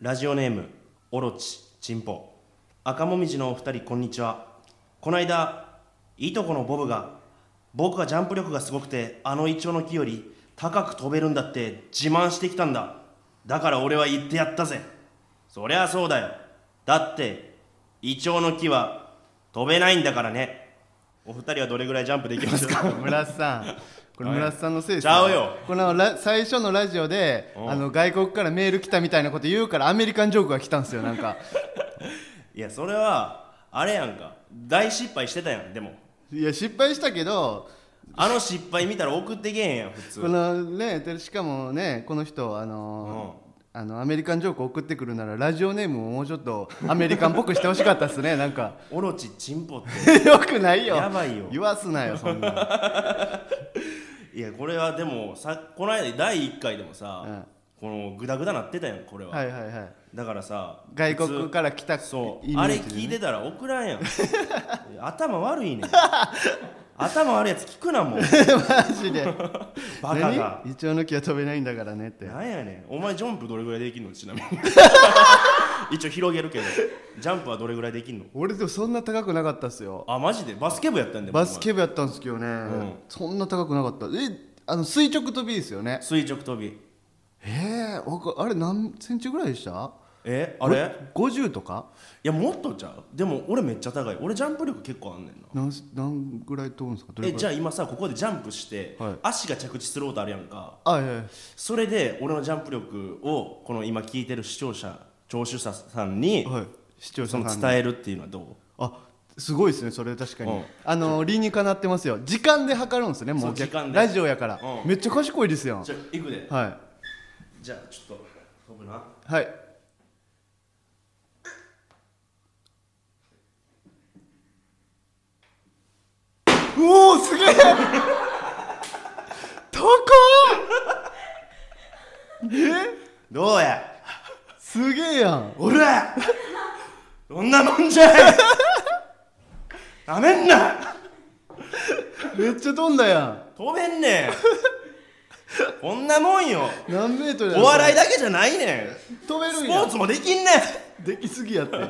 ラジオネームオロチチンポ赤もみじのお二人こんにちはこの間いとこのボブが僕がジャンプ力がすごくてあのイチョウの木より高く飛べるんだって自慢してきたんだだから俺は言ってやったぜそりゃそうだよだってイチョウの木は飛べないんだからねお二人はどれぐらいジャンプできますか 村瀬さんこれはい村瀬さんのせいですちゃうよこのラ最初のラジオでうんあの外国からメール来たみたいなこと言うからアメリカンジョークが来たんですよなん かいやそれはあれやんか大失敗してたやんでもいや失敗したけどあの失敗見たら送ってけへんやん普通このねでしかもねこの人あのあのアメリカンジョーク送ってくるならラジオネームをもうちょっとアメリカンっぽくしてほしかったですね なんかオロチチンポってよくないよやばいよ言わすなよそんな、 いやこれはでもさこの間第1回でもさ、うんこのグダグダなってたやんこれは、はいはいはいだからさ外国らから来たそう、イメあれージでね聞いてたら送らん やん頭悪いねん頭悪いやつ聞くな もうマジでバカが何イチョウの木は飛べないんだからねってなんやねんお前ジャンプどれぐらいできんのちな みに一応広げるけどジャンプはどれぐらいできんの俺でもそんな高くなかったっすよあマジでバスケ部やったんでバスケ部やったんですけどね、そんな高くなかったえあの垂直飛びですよね垂直跳びえーわか、あれ何センチぐらいでしたえあれいご ?50 とかやもっとちゃうでも俺めっちゃ高い俺ジャンプ力結構あんねんな何何ぐらい飛ぶんですかどれえぐじらいゃあ今さここでジャンプして、はい足が着地することあるやんかあいやいやそれで俺のジャンプ力をこの今聞いてる視聴者聴取者さんに、はい視聴者そさんのに伝えるっていうのはどうあすごいですねそれ確かに、うんあの理にかなってますよ時間で測るんですねそもうう時間でラジオやから、うんめっちゃ賢いですよじゃあいくではじゃあちょっと飛ぶないはいおおすげえ 高っえどうやすげえやんおらどんなもんじゃいなめんなめっちゃ飛んだや飛べんねんこんなもんよん何メートルやお笑いだだけじゃないねん飛べるスんポやーツもできんねできすぎやってん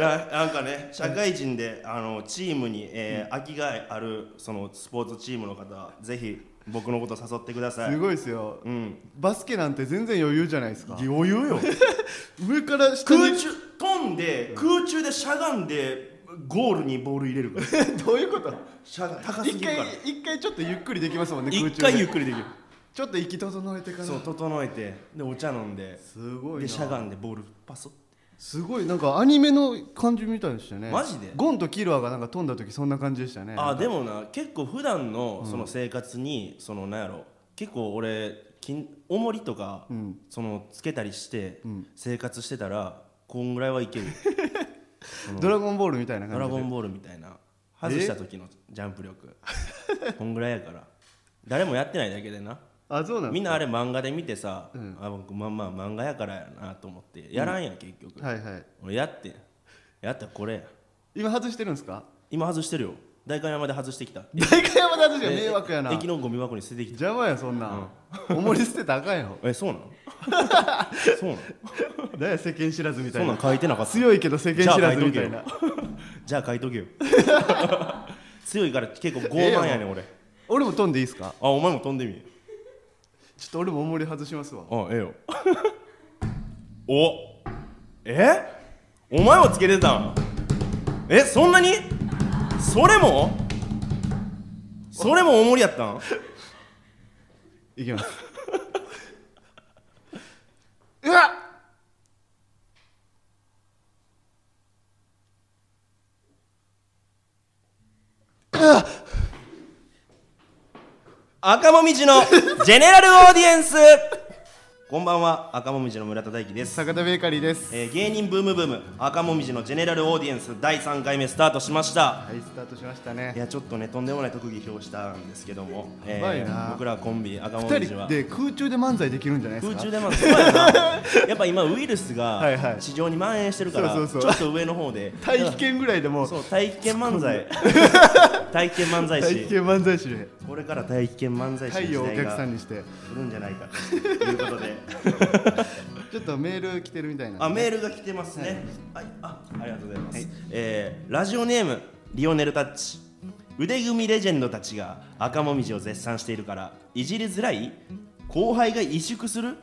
ななんかね社会人であのチームに、えー空きがあるそのスポーツチームの方ぜひ僕のこと誘ってくださいすごいですようんバスケなんて全然余裕じゃないですか余裕よ 上から下空に中飛んで空中でしゃがんでゴールにボール入れるから どういうことしゃが高す一ぎるか回ら一回ちょっとゆっくりできますもんね空一中で回ゆっくりできるちょっと息整えてからそう整えてでお茶飲んですごいでなしゃがんでボールパスすごいなんかアニメの感じみたいでしたねマジでゴンとキルアがなんか飛んだ時そんな感じでしたねあでもな結構普段のその生活に、そのなんやろ結構俺金重りとか、うんそのつけたりしてん生活してたらこんぐらいはいけ るドラゴンボールみたいなド感ラじゴでンボールみたいな外した時のジャンプ力こんぐらいやから誰もやってないだけでなあそうなのみんなあれ漫画で見てさ、あ僕まあまあ漫画やからやなと思ってやらんやん、結局、はいはい俺やってんやったらこれや今外してるんですか今外してるよ代官山で外してきた大会山で外して迷惑やなえ駅のゴミ箱に捨ててきた邪魔やそんなんおもり捨てたらあか んよえそうなのそうなのだよ世間知らずみそたういななん書いてなかった強いけど世間知らずみたいじゃなじゃあ書いとけよ 強いから結構傲慢やねん俺俺も飛んでいいですかあお前も飛んでみちょっと俺もおもり外しますわあええよ おえお前もつけてたんえそんなにそれもそれも重りやったんいきます うわっ赤もみじのジェネラルオーディエンスこんばんは赤もみじの村田大樹です坂田ベーカリーですえー芸人ブームブーム赤もみじのジェネラルオーディエンス第3回目スタートしましたはいスタートしましたいねやちょっとねとんでもない特技表したんですけども、えばいな僕らコンビ赤も二みじ人はで空中で漫才できるんじゃないです空中かでまあそうやなやっぱ今ウイルスはいはがい地上に蔓延してるからちそょうそうっそうと上の方で大気圏ぐらいでもうそう体験漫才 体験漫才大気師圏漫才師でこれから体験漫才太師の陽をお時代客がさんにして来るんじゃないかということでちとメール来てるみたいなんであメールが来てますね。はい、あありがとうございます。えーラジオネームリオネルタッチ。腕組みレジェンドたちが赤もみじを絶賛しているからいじりづらい後輩が萎縮する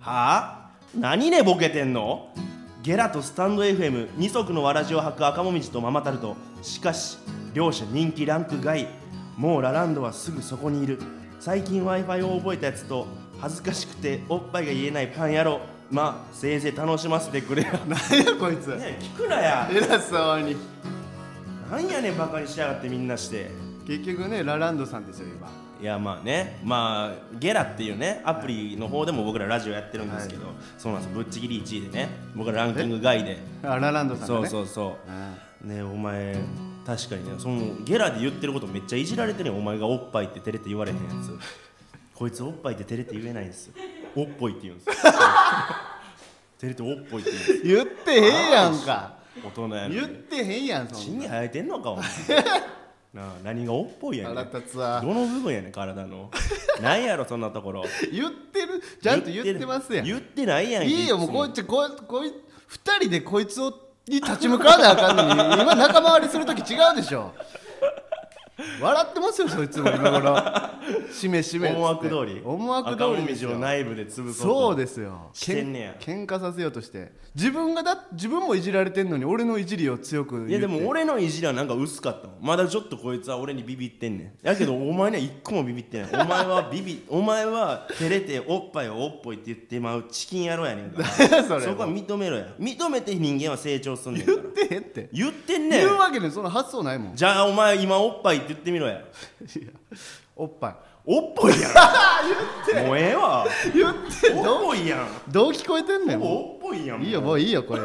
はあ何ねボケてんのゲラとスタンド FM 二足のわらじを履く赤もみじとママタルトしかし両者人気ランク外もうラランドはすぐそこにいる最近 w i f i を覚えたやつと恥ずかしくておっぱいが言えないパン野郎まあせいぜい楽しませてくれやね何やこいつえ聞くなや偉そうになんやねんバカにしやがってみんなして結局ねラランドさんですよ今いやまあねまあゲラっていうねアプリの方でも僕らラジオやってるんですけど、そうなんですぶっちぎり1位でね僕らランキング外であラランドさんがそうねそううそんうねお前確かにねそのゲラで言ってることめっちゃいじられてるよお前がおっぱいって照れて言われへんや つこいつおっぱいって照れて言えないんですよおっぽいって言うん ですよ照れておっぽいって言うんです言ってへんやんか大人やの言っにてへんやんそ血んに生えてんのかお前なあ何がおっぽいやなねん腹立つわどの部分やねん体のなんやろそんなところ言ってるちゃんと言ってますやん言ってないやんけいいよもうつこいつこいこい二人でこいつをに立ち向かわなあかんのに 今仲間割りする時違うでしょ笑ってますよそいつも今頃しめしめっつって思惑通り思惑通赤りもでみすじよを内部で潰そうとそうですよしてんねやけん喧嘩させようとして自分がだ自分もいじられてんのに俺のいじりを強く言っていやでも俺のいじりはなんか薄かったもんまだちょっとこいつは俺にビビってんねんやけどお前には一個もビビってないお前はビ ビお前は照れておっぱいをおっぽいって言ってまうチキン野郎やねんから それこは認めろや認めて人間は成長すんねんか言らってへんって言ってんねん言うわけでその発想ないもんじゃあお前今おっぱいって言ってみ ろやおっぱおっぽいやん もうええわい言っておっどうぽいやんどう聞こえてんねんほぼもおっぽいやんういいよもういいよこれ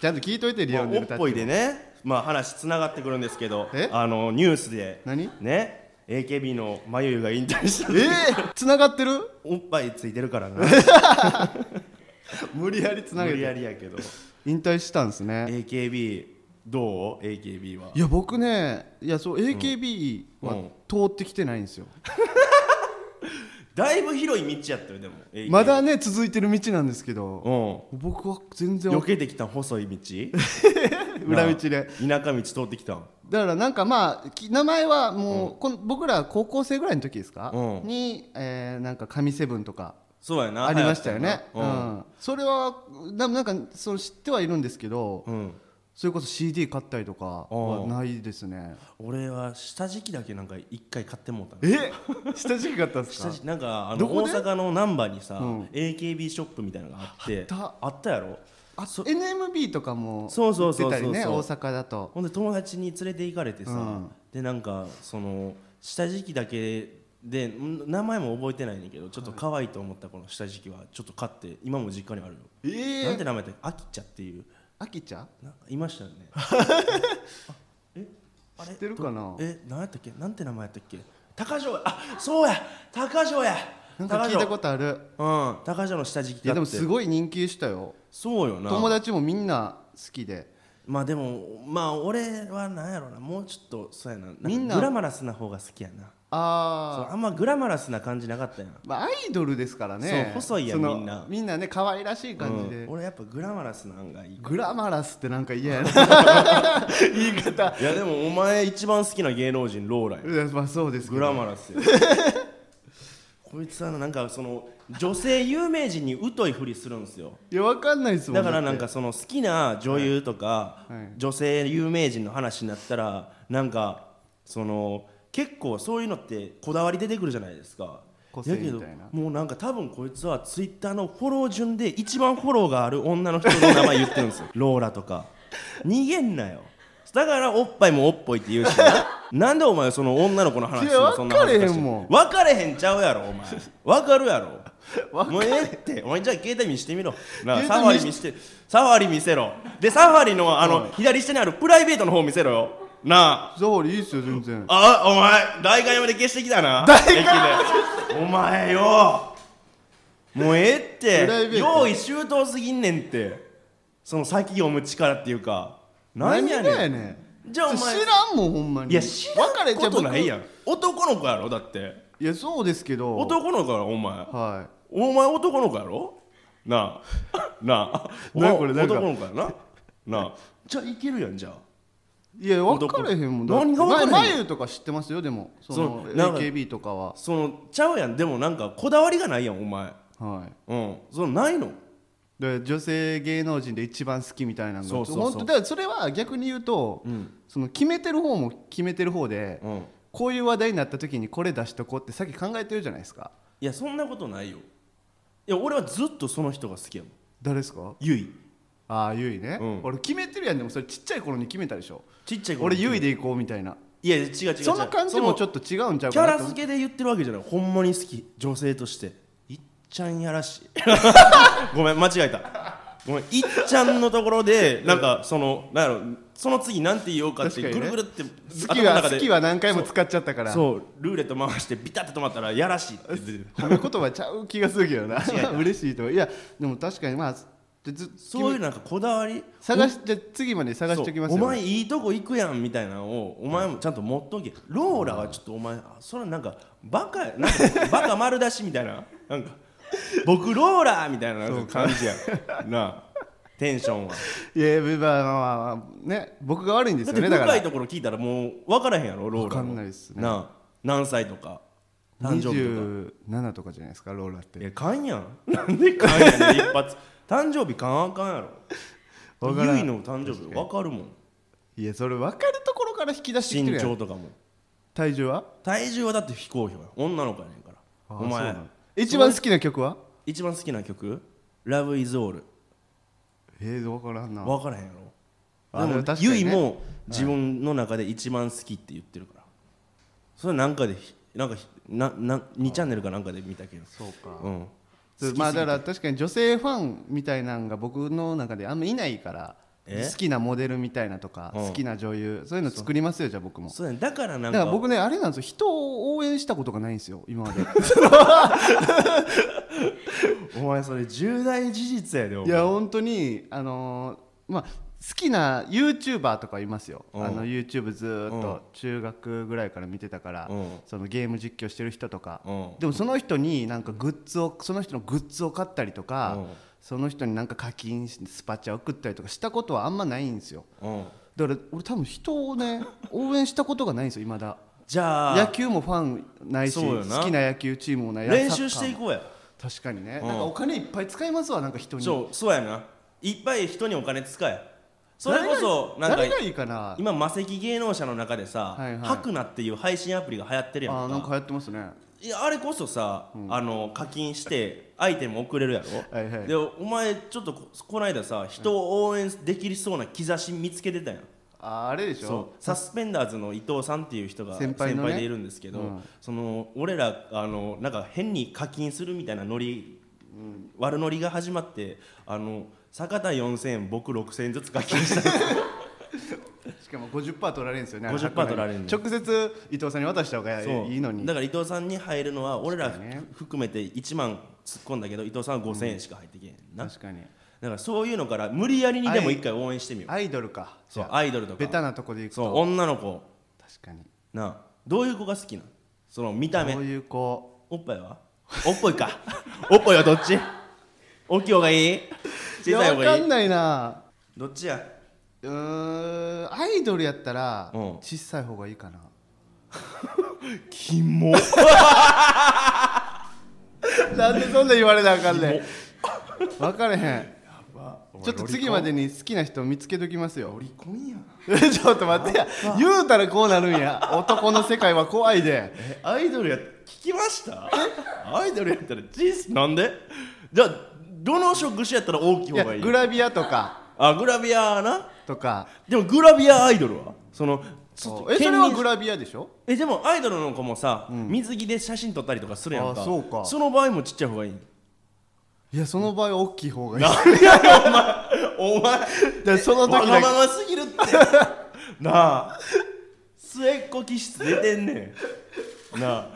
ちゃんと聞いといてリまあオおンデルっぽいでね、まあ、話つながってくるんですけどえあのニュースで何ね AKB のまゆゆが引退した えー、つながってるおっぱいついてるからな無理やりつな無げ理やてりやけど引退したんですね AKB どう ?AKB はいや僕ねいやそう AKB はうん通ってきてないんですよ、だいぶ広い道やったよでも AKB まだね続いてる道なんですけど、うん僕は全然避けてきた細い道 裏道でなあ田舎道通ってきたんだからなんかまあき名前はもう、この僕ら高校生ぐらいの時ですか、うんに、えーなんか神セブンとかそうやなありましたよね、流行っうたよなんそれはななんかその知ってはいるんですけど、うん、うんそれこそ CD 買ったりとかはないですね、俺は下敷きだけなんか一回買ってもうたなえ 下敷き買ったんです下か地なんかあのどこ大で阪の難波にさ、うん AKB ショップみたいなのがあってあったやろあ NMB とかもそうそう売っそてうそうたりねそう大阪だとほんで友達に連れて行かれてさ、うんでなんかその下敷きだけでん名前も覚えてないねんだけどちょっと可愛いと思ったこの下敷きはちょっと買って今も実家にあるよ、えなんー、て名前だっけアキちゃっていうあきちゃんなんかいましたよねあえあれ知ってるかなどえ何やったっけなんて名前やったっけ高城やあそうや高城やなんか聞いたことあるとうん高城の下敷きい買やってでもすごい人気でしたよそうよな友達もみんな好きでまあでもまあ俺はなんやろなもうちょっとそうやななんかみんなグラマラスな方が好きやなああそうあんまグラマラスな感じなかったやん、まあ、アイドルですからねそう細いやんそのみんなみんなね可愛らしい感じで、うん俺やっぱグラマラスなんがいいグラマラスってなんか嫌やな 言い方いやでもお前一番好きな芸能人ローラやいやまあそうですけ グどラマラス やこいつはななんかその女性有名人に疎いふりするんですよいやわかんないですもだんからだなっんてかその好きな女優とか、はいはい女性有名人の話になったらなんかその結構そういうのってこだわり出てくるじゃないですか個性だけみどたいなもうなんか多分こいつはツイッターのフォロー順で一番フォローがある女の人の名前言ってるんです よローラとか逃げんなよだからおっぱいもおっぽいって言うしななんでお前その女の子の話するいやのそんな恥ずかしい分かれへんもん分かれへんちゃうやろお前分かるやろわかもうええってお前じゃあ携帯見してみろなあ携帯サファ見しリ見してサファリ見せろでサファリのあの、はい左下にあるプライベートの方見せろよなあゾーリいいっすよ全然あお前大会まで消してきたな大会駅でお前よもうええっプライてベート用意周到すぎんねんってその先読む力っていうか何やねんがやねんじゃあお前知らんもんほんまにいや知ら別れんちゃこうと僕ないやん男の子やろだっていやそうですけど男の子やろお前はお前男の子やろなあ なあなおこれなんか男の子やななあじゃあいけるやんじゃあいや分かれへんもんだって何が分かれへんま眉とか知ってますよでもそのそうなんか AKB とかはそのちゃうやんでもなんかこだわりがないやんお前はいうんそのないので女性芸能人で一番好きみたいなのがそうそうそう本当だからそれは逆に言うと、うんその決めてる方も決めてる方で、うんこういう話題になった時にこれ出しとこうってさっき考えてるじゃないですかいやそんなことないよいや俺はずっとその人が好きやもん誰ですかゆいああゆいね、うん俺決めてるやんでもそれちっちゃい頃に決めたでしょちっちゃい頃俺ゆいで行こうみたいないや違う違う違うその感じもちょっっと違うんちとゃうキかャなラと思付うけで言ってるわけじゃないほんまに好き女性としていっちゃんやらしい ごめん間違えたごめんいっちゃんのところでなんかそのなんやろその次なんて言おうかって確かぐにるねぐるって好き頭のは中で好きは何回も使っちゃったからそうルーレット回してビタって止まったらやらしいって出てる褒め言葉ちゃう気がするけどな嬉しいとかいやでも確かにまあでずそういうなんかこだわり探しじゃあ次まで探しておきますよそうお前いいとこ行くやんみたいなのをお前もちゃんと持っとけローラはちょっとお前あそれなんかバカ やなんかバカ丸出しみたいななんか僕ローラーみたいななんか感じやんなあテンションは、いやまあまあまあね僕が悪いんでだすってよねだか深らいところ聞いたらもう分からへんやろローラーは分かんないっすねなあ何歳とか誕生日とか27とかじゃないですかローラっいてやかんやんなんでかんやねん一 発誕生日かんあかんやろわからんゆいの誕生日分かるもんいやそれ分かるところから引き出してきて身るや長んとかも体重は体重はだって非公表や女の子やねんからあおそうな前の一番好きな曲は一番好きな曲「Love is All えー、分からん」な分からへんやろあでもでも確かにゆねいも自分の中で一番好きって言ってるからそれなんかでひなんかひなな2チャンネルかなんかで見たけどそうかうんそうまあだから確かに女性ファンみたいなのが僕の中であんまいないからえ好きなモデルみたいなとかうん好きな女優そういうの作りますよじゃあ僕もそうやねだからなだんかから僕ねあれなんですよ人を応援したことが ないんですよ今までお前それ重大事実やでおい前や本当にあのーまあ好きな YouTuber とかいますよ、うんあの YouTube ずーっうんと中学ぐらいから見てたから、うんそのゲーム実況してる人とか、うんでもその人になんかグッズをその人のグッズを買ったりとか、うんその人になんか課金してスパチャ送ったりとかしたことはあんまないんですようんだから俺多分人を ね応援したことがないんですよいまだじゃ野あ球もファンないしそうよな好きな野球チームもない練習していくこうや確かにね、うんなんかお金いっぱい使いますわなんか人にそうそうやないっぱい人にお金使えそれこそなんか誰が誰がいいかな今魔石芸能者の中でさはいはいハクナっていう配信アプリが流行ってるやんあかーなんか流行ってますねいやあれこそさ、あの課金してアイテム送れるやろはいはいでお前ちょっとここの間さ人を応援できそうな兆し見つけてたやんあーあれでしそょうサスペンダーズの伊藤さんっていう人が先先輩輩のねでいるんですけど、うんその俺らあのなんか変に課金するみたいなノリ、悪ノリが始まってあの坂田4000円僕6000円ずつ課金したしかも50%取られるんですよねあれ50%取られるんだよ直接伊藤さんに渡した方がそういいのにだから伊藤さんに入るのは俺ら確かにね含めて1万突っ込んだけど伊藤さんは5000円しか入ってけへんな、確かにだからそういうのから無理やりにでも一回応援してみようアイドルかそうじゃあアイドルとベタかなとこでいくそうと女の子確かになあどういう子が好きなんその見た目こういう子おっぱいはおっぽいか おっぽいはどっち大きい方がいいい小やさいわ方がかいいんないなどっちやうーんアイドルやったらうん小さい方がいいかなキモなんでそんな言われなあかんねん分かれへんちょっと次までにに好きな人見つけときますよロリコンやんえ ちょっと待ってや言うたらこうなるんや男の世界は怖いで アイドルや聞きました アイドルやったらジスなんでじゃあどの職種やったら大きいい方やがいいグラビアとかあグラビアなとかでもグラビアアイドルはそのちょっとえそれはグララビアでしょえでもアイドルの子もさ、水着で写真撮ったりとかするやんかあそうかその場合もちっちゃい方がいいいやその場合大きい方がいいお前でそのわ時がまだますぎるってなあ末っ子気質出てんねんなあ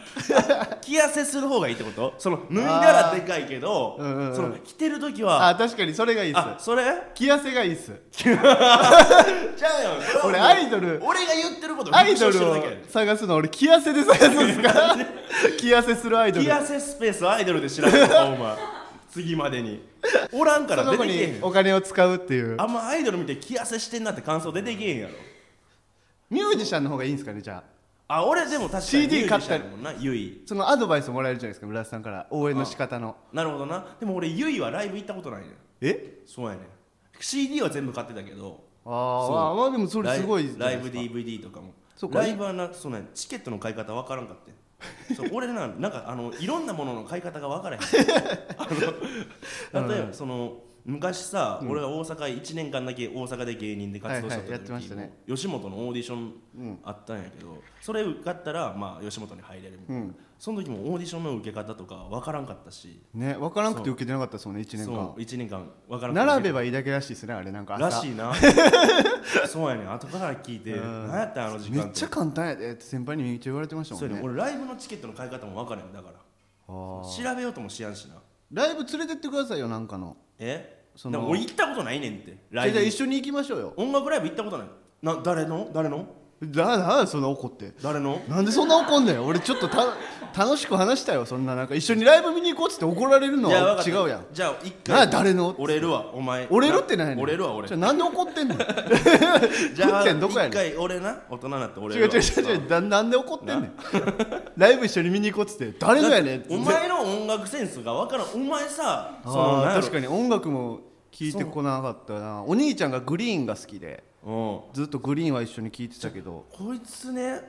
着痩せする方がいいってことその脱いだらでかいけど、うんうんうんその着てる時はあ確かにそれがいいっあすそれ着痩せがいいっすじゃあよそれはもう俺アイドル俺が言ってることアイド復唱してルるをだけやねん探すの俺着痩せで探すんですか着痩せするアイド着ル痩せスペースアイドルで調べたお前次までにおらんからその出子てけえにへんお金を使うっていうあんまアイドル見て気痩せしてんなって感想出てけえへんやろミュージシャンの方がいいんですかねじゃああ俺でも確かに CD 買ったミュージシャンりやもんなゆいそのアドバイスもらえるじゃないですか村田さんから応援の仕方のなるほどなでも俺ゆいはライブ行ったことないねんえそうやねん CD は全部買ってたけどあーあーまあでもそれすごいじゃなラいイでブすか DVD とかもそうかライブはなそうなんやチケットの買い方わからんかって んそう俺ななんかあのいろんなものの買い方がわからへんあの例えばその昔さ、俺が大阪1年間だけ大阪で芸人で活動しはいてたはいやってまし時たね吉本のオーディションあったんやけど、それ受かったら、まあ、吉本に入れるみたいな、その時もオーディションの受け方とかわからんかったしね分からんくて受けてなかったですもんね1年間そう1年間わからん並べばばいいだけらしいですねあれなんから朝しい なそうやねん後から聞いてうん何やったんあの時め間っちゃ簡単やでって先輩にめっちゃ言われてましたもそうんやねね俺ライブのチケットの買い方も分からへんだからあー調べようともしやんしなライブ連れてってくださいよなんかのえそそのの俺行ったことないねんってじゃラあイじゃあブ一緒に行きましょうよ音楽ライブ行ったことないな誰の誰のだだそんな怒って誰のなんでそんな怒んだよ俺ちょっとた楽しく話したよそんななんか一緒にライブ見に行こうっつって怒られるのいやわはかった違うやんじゃあ一なあ回誰の折れるわお前折れるってないねん折れるわ俺じゃあなんで怒っ てんの じゃ食っあてんどこやね一ん回俺な大人になって折違れうる違う違う違うななんで怒ってんねんライブ一緒に見に行こうっつって誰のやねんわっつってお前の音楽センスが分からんお前さそのあー確かかに音楽も聞いてこなかったなお兄ちゃんがグリーンが好きでうんずっとグリーンは一緒に聞いてたけどこいつね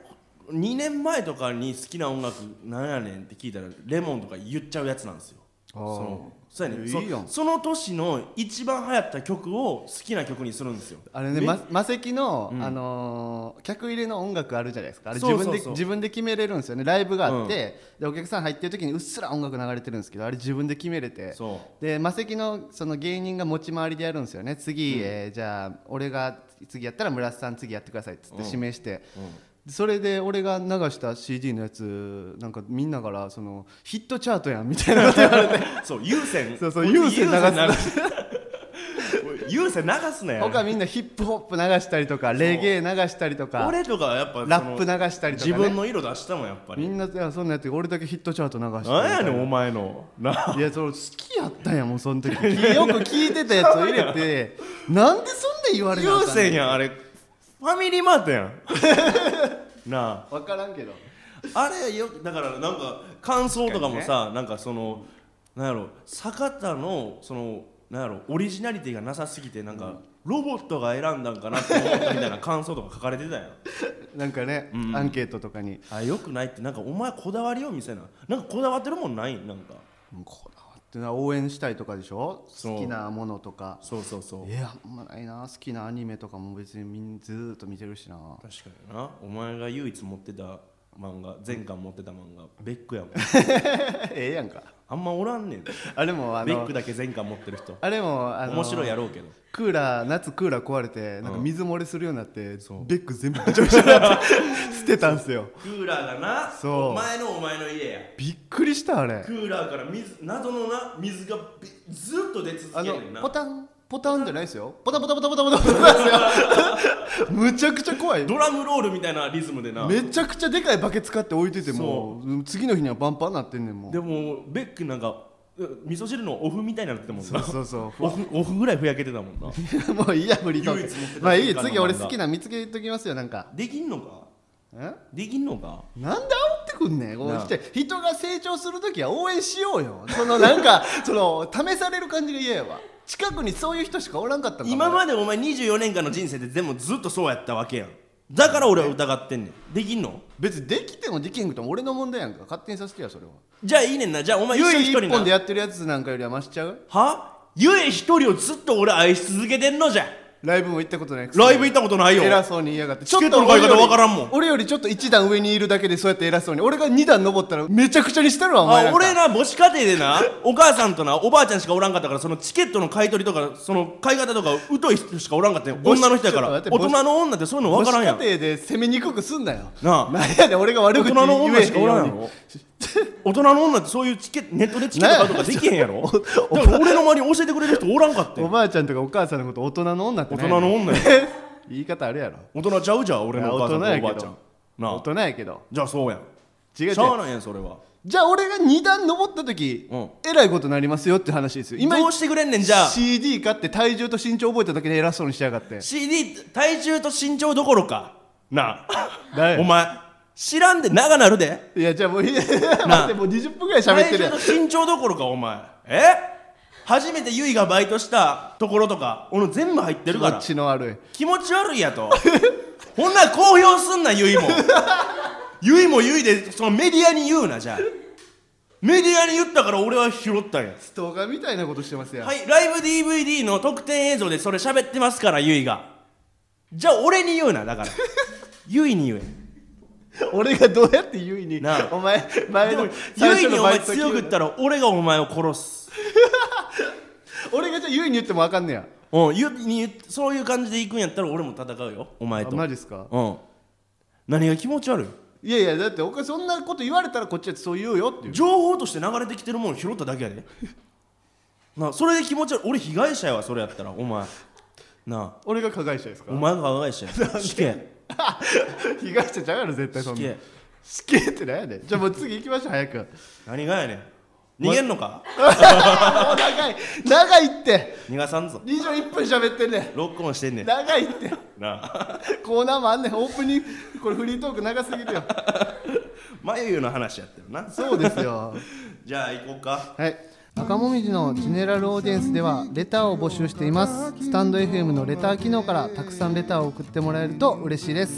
2年前とかに好きな音楽なんやねんって聞いたらレモンとか言っちゃうやつなんですよあそーのそうやねいいそやんその年の一番流行った曲を好きな曲にするんですよ あれね、めま、マセキの、んあのー客入れの音楽あるじゃないですかあれそうそう自分でそう自分で決めれるんですよねライブがあって、でお客さん入ってる時にうっすら音楽流れてるんですけどあれ自分で決めれてそでマセキのその芸人が持ち回りでやるんですよね次、えーじゃあ俺が次やったら村瀬さん次やってくださいっつって指名して、う、うんそれで俺が流した CD のやつなんかみんなからそのヒットチャートやんみたいなこと言われてそう優先そうそうこいつ 有線流すな有線流す優先流すね他みんなヒップホップ流したりとかレゲエ流したりとか俺とかはやっぱそのラップ流したりとか、自ね、分の色出したもんやっぱみりんないやそんなやって俺だけヒットチャート流してなんやねんお前 のないやそれ好きやったんやもうその時よく 聞いてたやつを入れて なんでそんな言われな優あかんね先やんあれファミリーマート やんなあん分からんけどあれよだからなんか感想とかもさなんかそのなんやろ坂田のそのなんやろオリジナリティがなさすぎてなんか、ロボットが選んだんかなって思ったみたいな感想とか書かれてたよなんかね、アンケートとかにあよくないってなんかお前こだわりを見せななんかこだわってるもんないなんかもうこだわってな応援したいとかでしょそう好きなものとかそうそうそういやあんまないな好きなアニメとかも別にみんずーっと見てるしな確かになお前が唯一持ってた漫画前巻持ってた漫画ベックやもん ええやんかあんまおらんねんあれもあベッのクだけ前巻持ってる人あれもあの面白いやろうけどクーラー夏クーラー壊れてなんか水漏れするようになって、そうベック全部べちゃべちゃになって 捨てたんすよクーラーがなそうお前のお前の家やびっくりしたあれクーラーから水謎のな水がびずっと出続あけのるなポタンポタンじゃないですよポタポタポタポタポタポタですよむちゃくちゃ怖いドラムロールみたいなリズムでなめちゃくちゃでかいバケツ買って置いててもう次の日にはパンパンなってんねんもんでもベックなんかう味噌汁のオフみたいになってたもんそうなそうそうオフオフぐらいふやけてたもんなもういいや無理と唯一持ってたまあいい瞬間の次俺漫画好きな見つけときますよなんかできんのかんできんのかなんで煽ってくんねんこうなあして人が成長するときは応援しようよそのなんかその試される感じが嫌やわ近くにそういう人しかおらんかったから今までお前24年間の人生で全部ずっとそうやったわけやんだから俺は疑ってんねんできんの別にできてもできへんくても俺の問題やんか勝手にさせてやそれはじゃあいいねんなじゃあお前一緒唯に一一人本なでやってるやつなんかよりはマシちゃうはゆえ一人をずっと俺愛し続けてんのじゃライブも行ったことないくせにライブ行ったことないよ偉そうに言いやがってチケットの買い方ちょっと俺よりわからんもん俺よりちょっと1段上にいるだけでそうやって偉そうに俺が2段登ったらめちゃくちゃにしてるわお前なんあか俺な母子家庭でなお母さんとなおばあちゃんしかおらんかったからそのチケットの買い取りとかその買い方とか疎い人しかおらんかったよ母子女の人やかちょらっ大と待って母子人の女ってそういうの分からんやん母子家庭で攻めにくくすんなよなあなんやねん俺が悪大口人言えの女しかおらんやようにろ大人の女ってそういうチケネットでチケット買うとかできへんやろおだから俺の周りに教えてくれる人おらんかって おばあちゃんとかお母さんのこと大人の女って大なん人やねんの女や言い方あるやろ大人ちゃうじゃん俺のお母さんとおいやばあ大人やけちどゃんな大あ人やけどじゃあそうやん違う違うしゃあないやんそれはじゃあ俺が2段登った時、うんえらいことになりますよって話ですよ今どうしてくれんねんじゃあ CD 買って体重と身長覚えただけで偉そうにしやがって CD 体重と身長どころかなあ誰お前知らんで長なるでいやじゃあもういやな待あってもう20分ぐらい喋っ体て重るやんと身長どころかお前え初めてゆいがバイトしたところとか俺全部入って気るか持らちの悪い気持ち悪いやと ほんなら公表すんなゆいも ゆいもゆいでそのメディアに言うなじゃあメディアに言ったから俺は拾ったんやストーカーみたいなことしてますやん、はいライブ DVD の特典映像でそれ喋ってますからゆいがじゃあ俺に言うなだからゆいに言え 俺がどうやってゆいになあお前前でものゆ最い初にのおバイ前ト強く言ったら俺がお前を殺す俺がじゃあゆいに言ってもあかんねやうんゆいに言ってそういう感じで行くんやったら俺も戦うよお前あとマジっすかうん何が気持ち悪いいやいやだってお前そんなこと言われたらこっちだってそう言うよっていう情報として流れてきてるもん拾っただけやで なあそれで気持ち悪い俺被害者やわそれやったらお前なあ俺が加害者ですかお 前が被害 者や死刑被害者ちゃうやろ絶対そん死な刑死刑ってなんやねんじゃあもう次行きましょう早く 何がやねん逃げんのかあ長い長いって逃がさんぞ21分喋ってんねロックオンしてんねんん長いってなあ コーナーもあんねんオープニングこれフリートーク長すぎるよ眉毛の話やってるなそうですよじゃあ行こうかはい赤もみじのジェネラルオーディエンスではレターを募集していますスタンド FM のレター機能からたくさんレターを送ってもらえると嬉しいです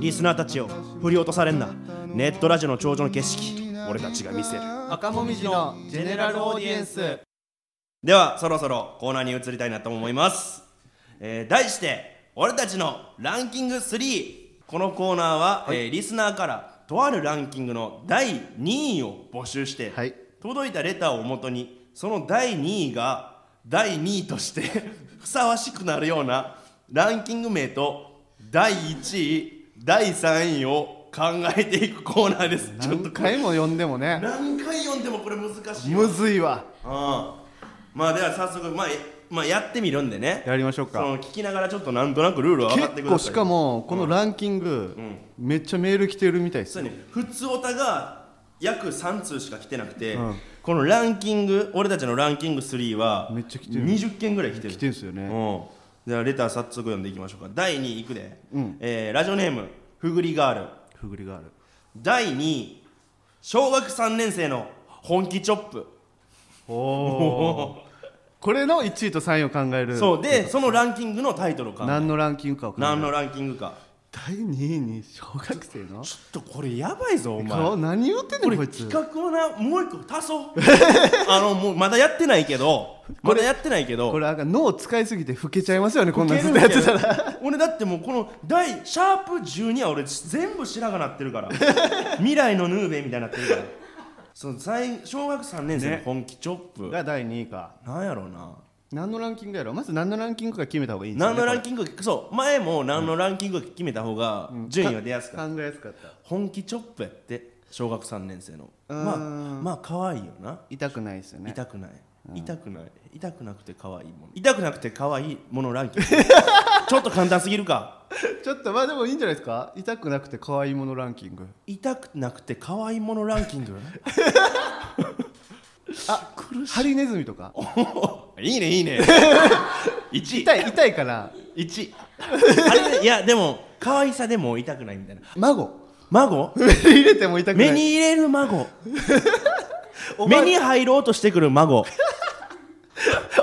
リスナーたちを振り落とされんなネットラジオの頂上の景色俺たちが見せる赤もみじのジェネラルオーディエンスではそろそろコーナーに移りたいなと思います、えー題して俺たちのランキング3このコーナーは、えーリスナーからとあるランキングの第2位を募集して、はい届いたレターをもとにその第2位が第2位として ふさわしくなるようなランキング名と第1位第3位を考えていくコーナーですちょっと何回も読んでもね何回読んでもこれ難しいわむずいわああまあでは早速、まあ、えまあやってみるんでねやりましょうそかの聞きながらちょっとなんとなくルールは分かって結くだ構さいしかもこのランキング、めっちゃメール来てるみたいですそうやね普通オタが約3通しか来てなくて、うんこのランキング俺たちのランキング3はめっちゃ来てる20件ぐらい来てる来てるんですよねうんじゃあレター早速読んでいきましょうか第2位いくで、えーラジオネームふぐりガールふぐりがある第2位小学3年生の本気チョップおおこれの1位と3位を考える そうでそのランキングのタイトルか何のランキングかを考える何のランキングか第2位に小学生のちょっとこれやばいぞお前顔何言ってんねこんれこいつ企画をなもう一個足そう あのもうまだやってないけどまだやってないけどこれなんか脳使いすぎて老けちゃいますよねこんなんずっいとけやるってたら俺だってもうこの第シャープ12は俺全部白髪なってる から未来のヌーベイみたいになってるからその在小学3年生のね本気チョップ、が第2位かなんやろうな何のランキングやろまず何のランキングか決めた方がいいんですよ何ねのランキングそう前も何のランキングか決めた方が順位は出やすかった、考えやすかった本気チョップやって小学3年生のまあうまあ可愛いよな痛くないですよね痛くない、痛くない痛くなくて可愛いもの痛くなくて可愛いものランキン グちょっと簡単すぎるかちょっとまあでもいいんじゃないですか痛くなくて可愛いものランキング痛くなくて可愛いものランキングあ苦しいハリネズミとかいいねいいね1痛い痛いから1あれい やでも可愛さでも痛くないみたいな孫孫入れても痛くな目いに入れる 孫おばあ目に入ろうとしてくる孫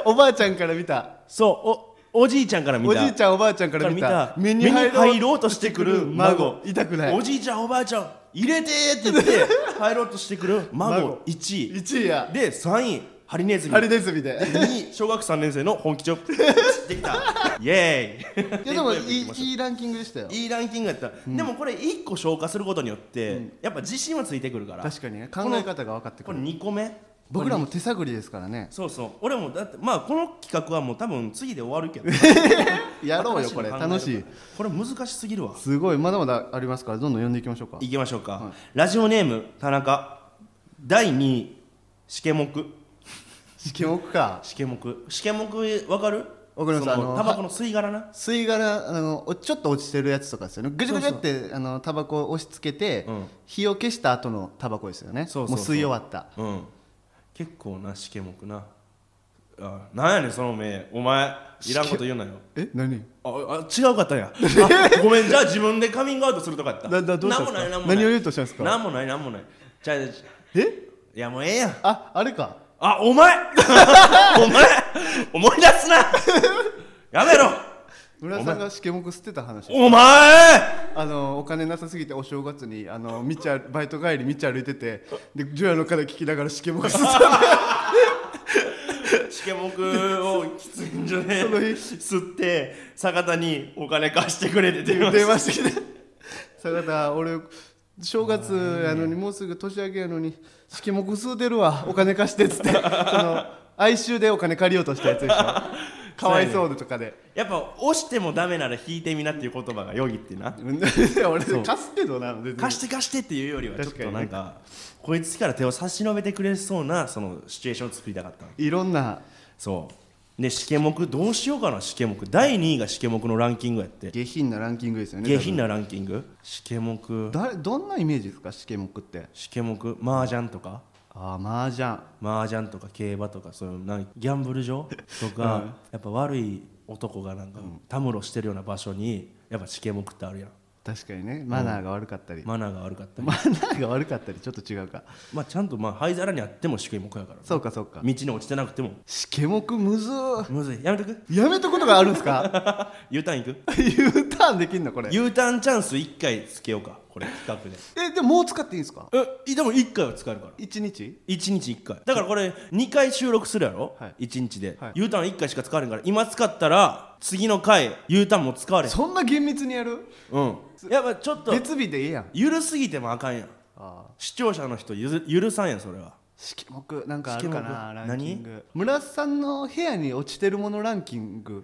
おばあちゃんから見たそうおおじいちゃんから見おたじいちゃんおばあちゃんから見た目に入ろうとしてくる孫痛くないおじいちゃんおばあちゃん入れてーって言って 入ろうとしてくる孫孫1位1位やで3位ハリネズミハリネズミで2位小学3年生の本気チョップできたイエーイいや でもいテンいポよく行きましょういいランキングでしたよいいランキングやった、でもこれ1個消化することによって、やっぱ自信はついてくるから確かにね考え方が分かってこくれる2個目僕らも手探りですからねそうそう俺もだってまあこの企画はもう多分次で終わるけど やろうよこ新いの考れえる楽しいこれ難しすぎるわすごいまだまだありますからどんどん読んでいきましょうかいきましょうか、ラジオネーム田中第2位しけもく試験置くかしけもくしけもくわかるわかりますあそののタバコの吸い殻な吸い殻あのおちょっと落ちてるやつとかですよねぐちゃぐちゃってあのタバコを押し付けて、うん火を消した後のタバコですよねそうそうそうもう吸い終わったうん結構なしけもくなあなんやねんその目お前いらんこと言うなよえ何ああ違うかったんや あごめんじゃあ自分でカミングアウトするとかやったななどうしたんんもですかないなんもない何を言うとしたんですかなんもないなんもないじゃあじゃあじゃえあいやもうええやんああれかあお前 お前思い出すなやめろ村井さんがしけもく吸ってた話お前あのお金なさすぎてお正月にあの道あバイト帰り道歩いててで除夜の鐘聞きながらしけもく吸ってたしけもくを喫煙所でその日吸って坂田にお金貸してくれって電話電話してきて坂田俺正月やのにもうすぐ年明けやのにしけもく吸うてるわお金貸してっつってその哀愁でお金借りようとしたやつでしょかわいそうでとかで やっぱ押してもダメなら引いてみなっていう言葉がよぎってな俺そう貸すけどな別に貸して貸してっていうよりはちょっ確かとになんかこいつから手を差し伸べてくれそうなそのシチュエーションを作りたかったのいろんなそうでシケモクどうしようかなシケモク第2位がシケモクのランキングやって下品なランキングですよね下品なランキングシケモク多分誰どんなイメージですかしけもくってシケモク麻雀とかああ麻雀麻雀とか競馬とかそういうなんギャンブル場とか、うんやっぱ悪い男がなんかたむろしてるような場所にやっぱシケモクってあるやん確かにねマナーが悪かったり、マナーが悪かったり マナーが悪かったりちょっと違うかまあちゃんとまあ灰皿にあってもシケモクやからなそうかそうか道に落ちてなくてもしけもくむずーむずいやめと くやめとくことがあるんです か U ターン行く U ターンできんのこれ U ターンチャンス1回つけようかこれ企画でえでももう使っていいんですかえでも1回は使えるから1日1日1回だからこれ2回収録するやろ、はい1日で、はい U ターン1回しか使われんから今使ったら次の回 U ターンも使われへんそんな厳密にやるうんやっぱちょっと別日でいいやんゆるすぎてもあかんやんあー視聴者の人ゆず許さんやんそれはしけもくなんかあるかなしけもくランキング村瀬さんの部屋に落ちてるものランキング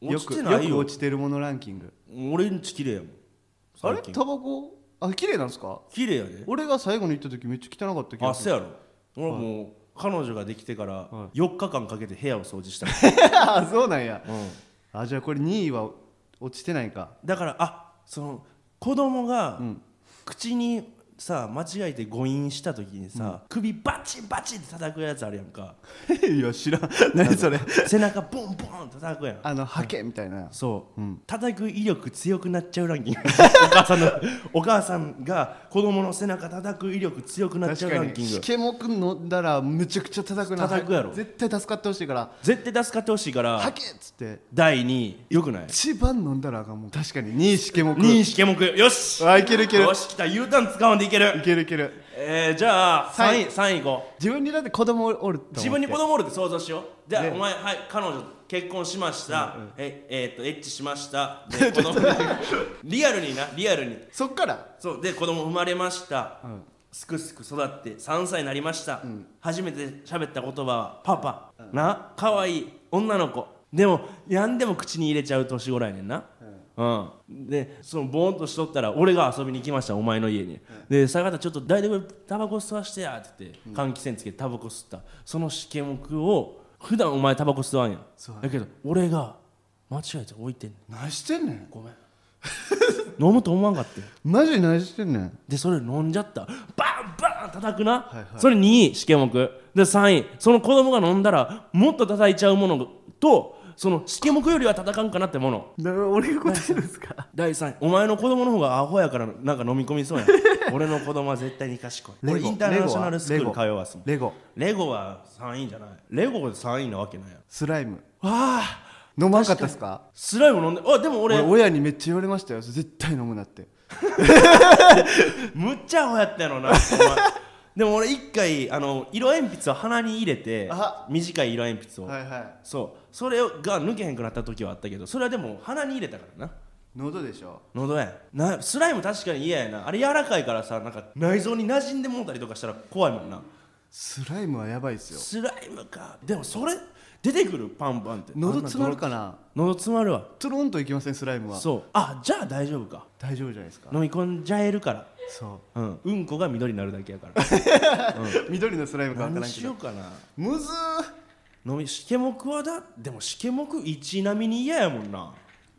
落よちくてよないくよ落ちてるものランキング俺んち綺麗やもんあれ最近タバコあ綺麗なんですか綺麗やで俺が最後に行った時めっちゃ汚かった気あがす そるやろ俺もう彼女ができてからは4日間かけて部屋を掃除した、 あそうなんやうんあじゃあこれ2位は落ちてないかだからあその子供がん口にさ間違えて誤飲した時にさ、首バチンバチンって叩くやつあるやんか いや知らん何それ背中ボンボンって叩くやんあのハケみたいなそう、うん叩く威力強くなっちゃうランキングお母さんのお母さんが子供の背中叩く威力強くなっちゃ確うかランキにンしグけもく飲んだらめちゃくちゃ叩くな叩くやろ絶対助かってほしいから絶対助かってほしいかハらケっつって第2位よくない一番飲んだらあかんもん確かに2位しけもく2位しけもくよしあいけるいけるよし来た U ターン使うんでいけいるけるいけるえー、じゃあ三3位位3位いこう自分にだって子供おると思って自分に子供おるって想像しようじゃあねお前はい彼女結婚しました、ええーっとエッチしました で子供リアルになリアルにそっからそうで子供生まれました、んすくすく育って3歳になりました、初めて喋った言葉は「パパ」な可愛い女の子でもやんでも口に入れちゃう年頃やねんな、うんでそのボーンとしとったら俺が遊びに来ましたお前の家に、で坂田ちょっと台所でタバコ吸わしてやって言って、換気扇つけてタバコ吸ったその試験目を普段お前タバコ吸わんやんそうだけど俺が間違えて置いてんねん何してんねんごめん 飲むと思わんかったよマジで何してんねんでそれ飲んじゃったバンバン叩くな、いはいそれ2位試験目で3位その子供が飲んだらもっと叩いちゃうものとその試験目よりは叩かんかなってものな俺が答えるんですか第3位お前の子供の方がアホやからなんか飲み込みそう や俺の子供は絶対に賢い俺インターナショナルスクール通わすもんレゴレゴは3位じゃないレゴで3位なわけないやんスライムあー飲まんかったですかスライム飲んであでも俺俺親にめっちゃ言われましたよ絶対飲むなってむっちゃアホやったや ろなお前でも俺一回あの色鉛筆を鼻に入れてあ短い色鉛筆を、いはいそうそれが抜けへんくなった時はあったけどそれはでも鼻に入れたからな喉でしょ喉やんなスライム確かに嫌やなあれ柔らかいからさなんか内臓に馴染んでもうたりとかしたら怖いもんなスライムはやばいっすよスライムかでもそれ出てくるパンパンって喉詰まるあかんなな泥喉詰まるわトロンといきませんスライムはそうあじゃあ大丈夫か大丈夫じゃないですか飲み込んじゃえるからそうん、うんこが 緑になるだけやからう緑のスライムかわから何んけしよどうかなむずー飲みしけもくはだでもしけもく1並みに嫌やもんな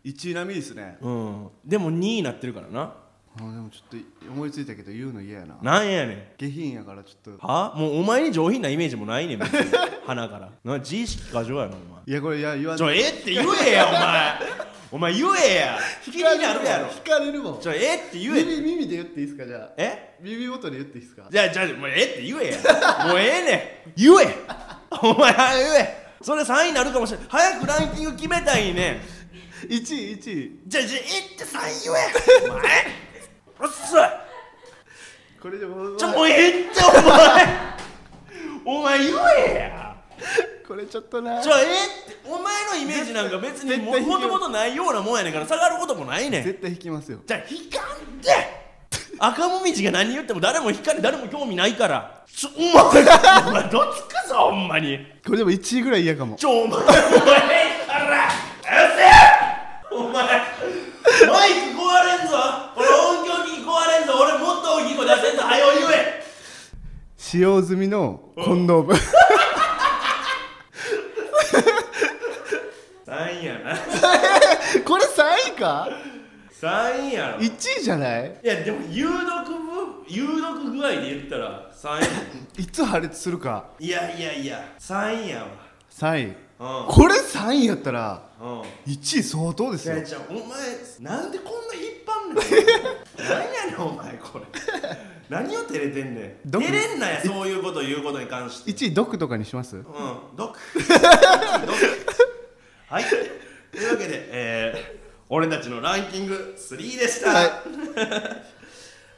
1位並みですねうんでも2になってるからなもうでもちょっと思いついたけど言うの嫌やななんやねん下品やからちょっとはもうお前に上品なイメージもないねん別に鼻からな自意識過剰やなお前いやこれいや言わんちょええって言えやお前お前言えや気になるやろ引かれるもんちょええって言え耳耳で言っていいですかじゃあえ耳元で言っていいですかじゃあじゃあもうええって言えやもうええねん言えお前は言えそれ3位になるかもしれない早くランキング決めたいねん1位1位じゃあじゃあええって3位言えお前おっそいこれでもちょもうええってお前お前言えやこれちょっとなちょええってお前のイメージなんか別に絶も対もともとないようなもんやねんから下がることもないねん絶対引きますよじゃあ引かんで赤もみじが何言っても誰も引かれ誰も興味ないからちょお前お前どつくぞほんまにこれでも1位ぐらい嫌かもちょお前お前からうせお前マイク壊れんぞ俺音響機器壊れんぞ俺もっと大きい声出せんぞはよ言え使用済みのコンドーム3位やな これ3位か3位やろい1位じゃないやでも有毒部有毒具合で言ったら3いつ破裂するか位いやいやいや3位や3位わこれ3位やったらうんうん1位相当ですじゃよあじゃあお前なんでこんな一般なの何やねんお前これ何を照れてんねんど照これんなやそういうこと言うことに関して1位毒とかにしますうんドックドックはいというわけで、えー俺たちのランキング3でした、はい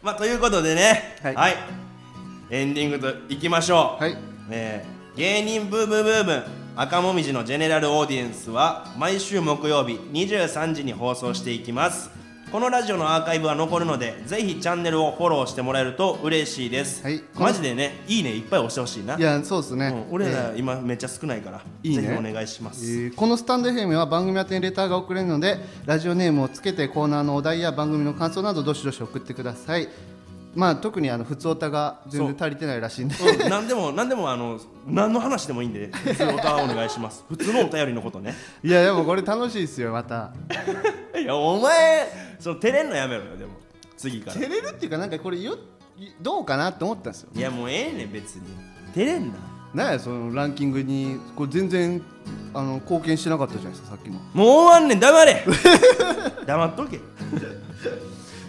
まあということでねは、はいいエンディングといきましょう、はいえー芸人ブームブーム赤もみじのジェネラルオーディエンスは毎週木曜日23時に放送していきますこのラジオのアーカイブは残るのでぜひチャンネルをフォローしてもらえると嬉しいです、はいマジでねいいねいっぱい押してほしいないやそうですね、うん俺ら今めっちゃ少ないから、いいねぜひお願いしまえす、ーこのスタンド FM は番組宛てにレターが送れるのでラジオネームをつけてコーナーのお題や番組の感想などどしどし送ってくださいまあ特にあの普通オタが全然足りてないらしいんでうん、何でも 何でもあの何の話でもいいんで普通のお便りお願いし ます普通のお便りのことねいやでもこれ楽しいですよまたいやお前その照れんのやめろよでも次 から照れるっていうかなんかこれよどうかなって思ったんですよいやもうええねん別に照れんななんやそのランキングにこれ全然あの貢献してなかったじゃないですかさっきももう終わんねん黙 れ黙っとけ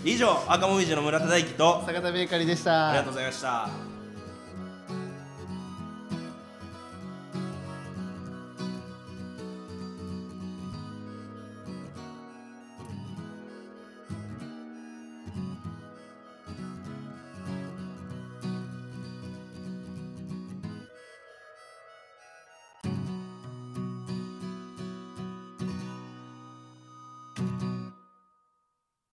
以上赤もみじの村田大樹と坂田ベーカリーでしありがたとうございました「